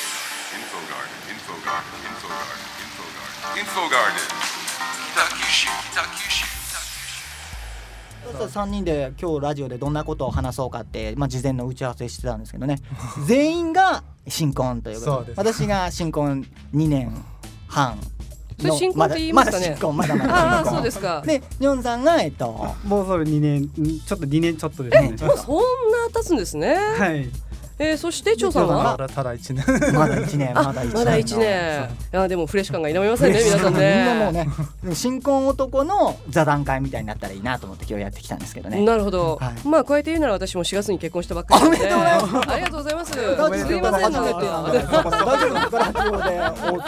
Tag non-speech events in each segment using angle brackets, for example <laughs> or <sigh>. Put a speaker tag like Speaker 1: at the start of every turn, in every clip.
Speaker 1: Info Garden. Info Garden. Info Garden. Info Garden. Info Garden. Takushi. Takushi. Takushi.
Speaker 2: 3人で今日ラジオでどんなことを話そうかって、まあ、事前の打ち合わせしてたんですけどね全員が新婚というこ
Speaker 3: そ
Speaker 2: と
Speaker 3: う
Speaker 2: で
Speaker 3: です
Speaker 2: 私が新婚2年半
Speaker 4: それ新婚って言いますかね
Speaker 2: まだまだ新婚まだま
Speaker 4: あ
Speaker 2: だ
Speaker 4: あ
Speaker 2: 新
Speaker 4: そう
Speaker 2: 婚
Speaker 4: ですか。
Speaker 2: でジョンさんがえっと
Speaker 3: もうそれ2年んちょっと2年ちょっとですね
Speaker 4: そんな経つんですね。
Speaker 3: はい
Speaker 4: えー、そして長さんは
Speaker 3: ま。だただ1年
Speaker 2: まだ1年まだ1年
Speaker 4: まだ一年。いやでもフレッシュ感が否めませんね皆さん
Speaker 2: みんなもう
Speaker 4: ね。
Speaker 2: ね新婚男の座談会みたいになったらいいなと思って今日やってきたんですけどね
Speaker 4: なるほど、
Speaker 2: はい
Speaker 4: まあ加えて言うなら私も4月に結婚したばっかりなの
Speaker 2: お
Speaker 4: で
Speaker 2: めでとうござい
Speaker 4: ありがとうございますす
Speaker 2: ラジオ
Speaker 4: いませんなんか言って
Speaker 2: オで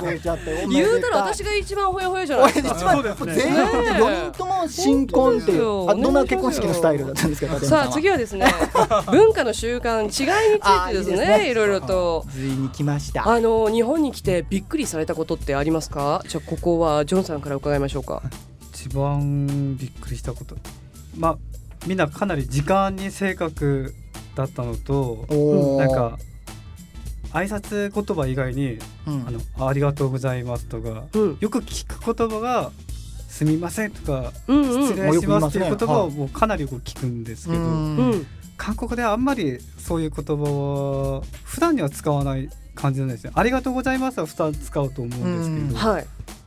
Speaker 2: 応援しちゃって
Speaker 4: 言うたら私が一番ほやほやじゃない
Speaker 2: 俺
Speaker 4: です
Speaker 2: 一
Speaker 4: か
Speaker 2: 番全員4人とも新婚ってい
Speaker 4: ねえ
Speaker 2: うあどんな結婚式のスタイルだったんですか
Speaker 4: さあ次
Speaker 2: は
Speaker 4: はですね文化の習慣違いについてですね
Speaker 2: あーいいですね
Speaker 4: いろいろと
Speaker 2: ついに来ました
Speaker 4: あの日本に来てびっくりされたことってありますかじゃあここはジョンさんから伺いましょうか
Speaker 3: 一番びっくりしたことまあみんなかなり時間に正確だったのと
Speaker 2: おー
Speaker 3: なんか挨拶言葉以外に
Speaker 2: うん
Speaker 3: あの「ありがとうございます」とか
Speaker 4: うん
Speaker 3: よく聞く言葉が「すみません」とか
Speaker 4: うん
Speaker 3: 「
Speaker 4: う
Speaker 3: 失礼
Speaker 4: ん
Speaker 3: し
Speaker 2: もうよく言い
Speaker 3: ま」
Speaker 2: ますす
Speaker 3: と
Speaker 2: ね
Speaker 3: いう言葉
Speaker 2: は
Speaker 3: をもうかなりよく聞くんですけ
Speaker 2: う
Speaker 3: ど、
Speaker 2: ん
Speaker 4: うん
Speaker 3: 韓国ではあんまりそういう言葉は普段には使わない感じなんですね。ありがとうございますは普段使うと思うんですけど、
Speaker 2: うん
Speaker 4: はい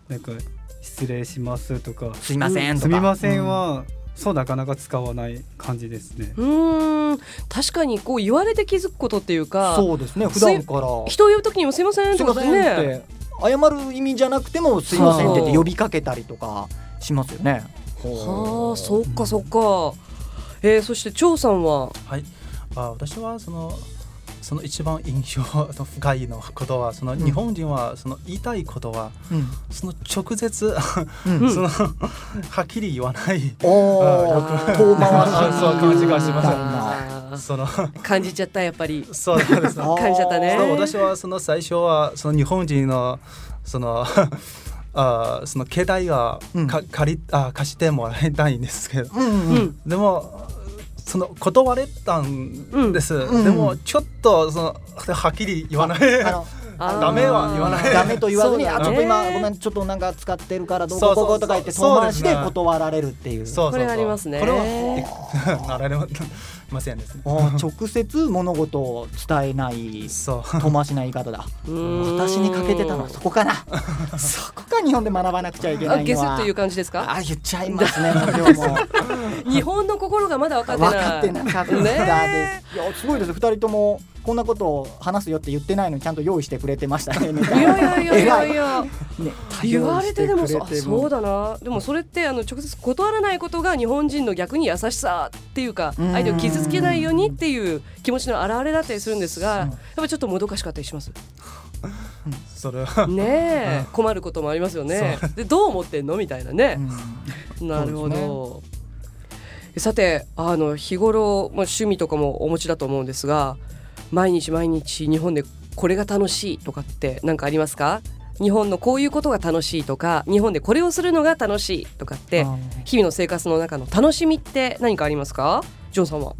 Speaker 3: なんか失礼しますとか
Speaker 2: すいませんとか
Speaker 3: すみませんは、そうなかなか使わない感じですね。
Speaker 4: うーん確かにこう言われて気づくことっていう
Speaker 2: うん
Speaker 4: か
Speaker 2: そうですね普段から
Speaker 4: 人を呼ぶときにもすいません
Speaker 2: す
Speaker 4: って
Speaker 2: い
Speaker 4: こ
Speaker 2: ま
Speaker 4: と
Speaker 2: せ
Speaker 4: で
Speaker 2: んっ
Speaker 4: ね
Speaker 2: て謝る意味じゃなくてもすいませんって言って呼びかけたりとかしますよね
Speaker 4: はあそっかそっかえー、そして張さんは
Speaker 5: はい、あ私はそのその一番印象深いのことはその
Speaker 2: ん
Speaker 5: 日本人はその言いたいことは
Speaker 2: うん
Speaker 5: その直接
Speaker 2: うん
Speaker 5: <laughs> そのはっきり言わない
Speaker 2: お
Speaker 5: あ
Speaker 2: お
Speaker 4: ー
Speaker 2: 遠回し
Speaker 5: あそう感じがします
Speaker 4: あー
Speaker 5: その
Speaker 4: 感じちゃったやっぱり
Speaker 5: そうなんです。
Speaker 2: あー
Speaker 4: 感じちゃったね
Speaker 5: その私はその最初はその日本人のその <laughs> あその携帯が
Speaker 2: うん
Speaker 5: か、借りあ貸してもらいたいんですけど
Speaker 2: うん
Speaker 4: う
Speaker 2: うん
Speaker 4: ん
Speaker 5: でもその断れたんです、
Speaker 2: ん
Speaker 5: でもちょっとそのはっきり言わない
Speaker 2: あの
Speaker 4: あー
Speaker 5: ダメは言わない
Speaker 2: ダメと言わずに、
Speaker 4: そうだ
Speaker 2: あ
Speaker 4: ね
Speaker 2: ちょっと今ごめんちょっとなんか使ってるからどう
Speaker 5: そ
Speaker 2: こ
Speaker 5: うそう
Speaker 2: こうとか言って
Speaker 5: そう
Speaker 2: 遠回しで
Speaker 5: そうですね
Speaker 2: 断られるっていう。
Speaker 5: そうそうそう
Speaker 4: これありますね
Speaker 5: これは <laughs> なられませんですね。
Speaker 2: <laughs> あー直接物事を伝えない
Speaker 5: そう。
Speaker 2: 遠回しな言い方だ。
Speaker 4: うーん
Speaker 2: 私に欠けてたのはそこかな。そこか日本で学ばなくちゃいけ
Speaker 4: あ
Speaker 2: ない
Speaker 4: ゲ
Speaker 2: の
Speaker 4: ス
Speaker 2: は。
Speaker 4: という感じですか
Speaker 2: あー言っちゃいますね。もう今日も
Speaker 4: 日本の心がまだ分かって
Speaker 2: 分
Speaker 4: ない
Speaker 2: かってなかったです。
Speaker 4: ね
Speaker 2: いやすごいです。二人ともこんなことを話すよって言ってないのにちゃんと用意してくれてましたね。ネタ
Speaker 4: いやいやいやいやいや
Speaker 2: ね
Speaker 4: 言われてでもそ
Speaker 2: 用意
Speaker 4: あ
Speaker 2: してくれて
Speaker 4: そうだなでもそれってあの直接断らないことが日本人の逆に優しさっていうか
Speaker 2: うん
Speaker 4: 相手を傷つけないようにっていう気持ちの表れだったりするんですがやっぱちょっともどかしかったりします
Speaker 5: それは。
Speaker 4: ねえ困ることもありますよねでどう思ってんのみたいなね
Speaker 2: うん
Speaker 4: なるほど、さてあの日頃、まあ、趣味とかもお持ちだと思うんですが毎日毎日日本でこれが楽しいとかって何かありますか日本のこういうことが楽しいとか日本でこれをするのが楽しいとかって
Speaker 2: あー
Speaker 4: 日々の生活の中の楽しみって何かありますかジョンさんは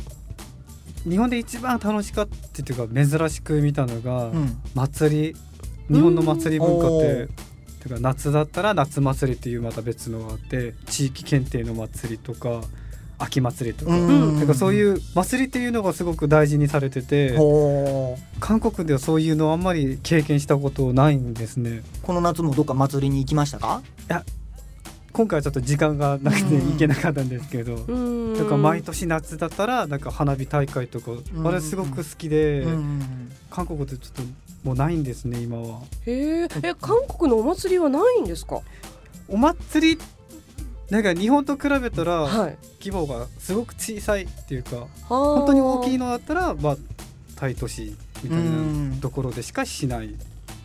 Speaker 3: 日本で一番楽しかったというか珍しく見たのが、
Speaker 2: うん
Speaker 3: 祭り日本の祭り文化っ
Speaker 2: うんお
Speaker 3: て。てか夏だったら夏祭りっていうまた別のがあって地域検定の祭りとか秋祭りとか,、
Speaker 4: ん
Speaker 3: てかそう
Speaker 2: う
Speaker 3: いう祭りっていうのがすごく大事にされてて
Speaker 2: ほ
Speaker 3: 韓国ではそういうのあんまり経験したことないんですね
Speaker 2: うこの夏もどっか祭りに行きましたか
Speaker 3: 今回はちょっと時間がなくて
Speaker 2: うん
Speaker 3: 行けなかったんですけど、
Speaker 4: うん
Speaker 3: とか毎年夏だったらなんか花火大会とか、
Speaker 2: ん
Speaker 3: あれすごく好きで、
Speaker 2: うん
Speaker 3: 韓国でちょっともうないんですね今は
Speaker 4: へええ韓国のお祭りはないんですか
Speaker 3: お祭りなんか日本と比べたら
Speaker 4: はい
Speaker 3: 規模がすごく小さいっていうか
Speaker 4: 本
Speaker 3: 本当に大きいのだったらまあ大都市みたいなところでしかしない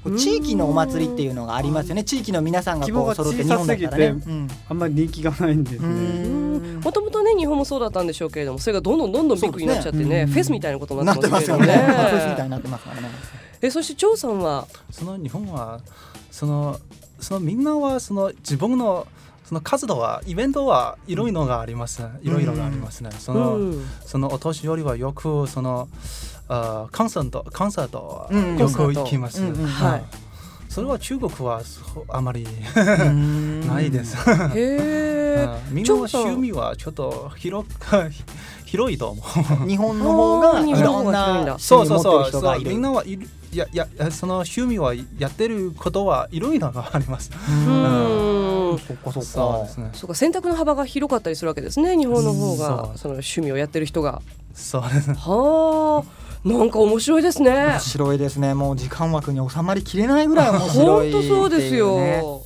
Speaker 4: うん
Speaker 2: 地域のお祭りっていうのがありますよね地域の皆さんがこう
Speaker 3: 規模
Speaker 2: 揃
Speaker 3: が
Speaker 2: って日本だったらね
Speaker 3: 小さすぎあんまり人気がないんです
Speaker 2: う
Speaker 3: ね
Speaker 2: ん
Speaker 4: もともとね日本もそうだったんでしょうけれどもそれがどんどんどんどんビッグになっちゃってね
Speaker 2: そうですねうん
Speaker 4: フェスみたいなことにな
Speaker 2: な
Speaker 4: っ
Speaker 2: ってて
Speaker 4: ま
Speaker 2: ますす
Speaker 4: けど
Speaker 2: よ
Speaker 4: ね
Speaker 2: ね祭りみたいになってますからね
Speaker 4: <laughs> えそして張さんは
Speaker 5: <laughs> その日本はそのそのみんなはその自分のその活動はイベントはいろいろがあります。いろいろがありますね。その、
Speaker 4: うん
Speaker 5: そのお年寄りはよくそのあーコンサートコンサートは
Speaker 2: うんうん
Speaker 5: よく行きます、
Speaker 2: コンサートうんうん
Speaker 4: はい
Speaker 5: それは中国はそうあまり
Speaker 2: な
Speaker 5: ないです、
Speaker 4: へ
Speaker 5: <laughs>
Speaker 4: え。
Speaker 5: みん
Speaker 4: ち
Speaker 5: な
Speaker 4: ょ
Speaker 5: は
Speaker 4: っと
Speaker 5: 趣味はちょっと広く <laughs> 広いと思う
Speaker 2: 日本の方がいろんな趣味
Speaker 5: そ
Speaker 2: を
Speaker 5: うそ
Speaker 2: 持
Speaker 5: う
Speaker 2: ってる
Speaker 5: そう
Speaker 2: 人
Speaker 5: そ
Speaker 2: が
Speaker 5: う
Speaker 2: い
Speaker 5: みん
Speaker 2: る
Speaker 5: なはいるいやいやその趣味はやってることはいろいろがあります
Speaker 4: う。
Speaker 5: うん
Speaker 2: そっかそっ
Speaker 5: そう
Speaker 2: か
Speaker 5: ですね
Speaker 4: そうか選択の幅が広かったりするわけですね日本の方
Speaker 5: そ
Speaker 4: が
Speaker 5: う
Speaker 4: その趣味をやってる人が
Speaker 5: そうですね
Speaker 4: はあなんか面白いですね
Speaker 2: 面白いですねもう時間枠に収まりきれないぐらい面
Speaker 4: 本
Speaker 2: 白い
Speaker 4: 当そうです
Speaker 2: っていうね
Speaker 4: よ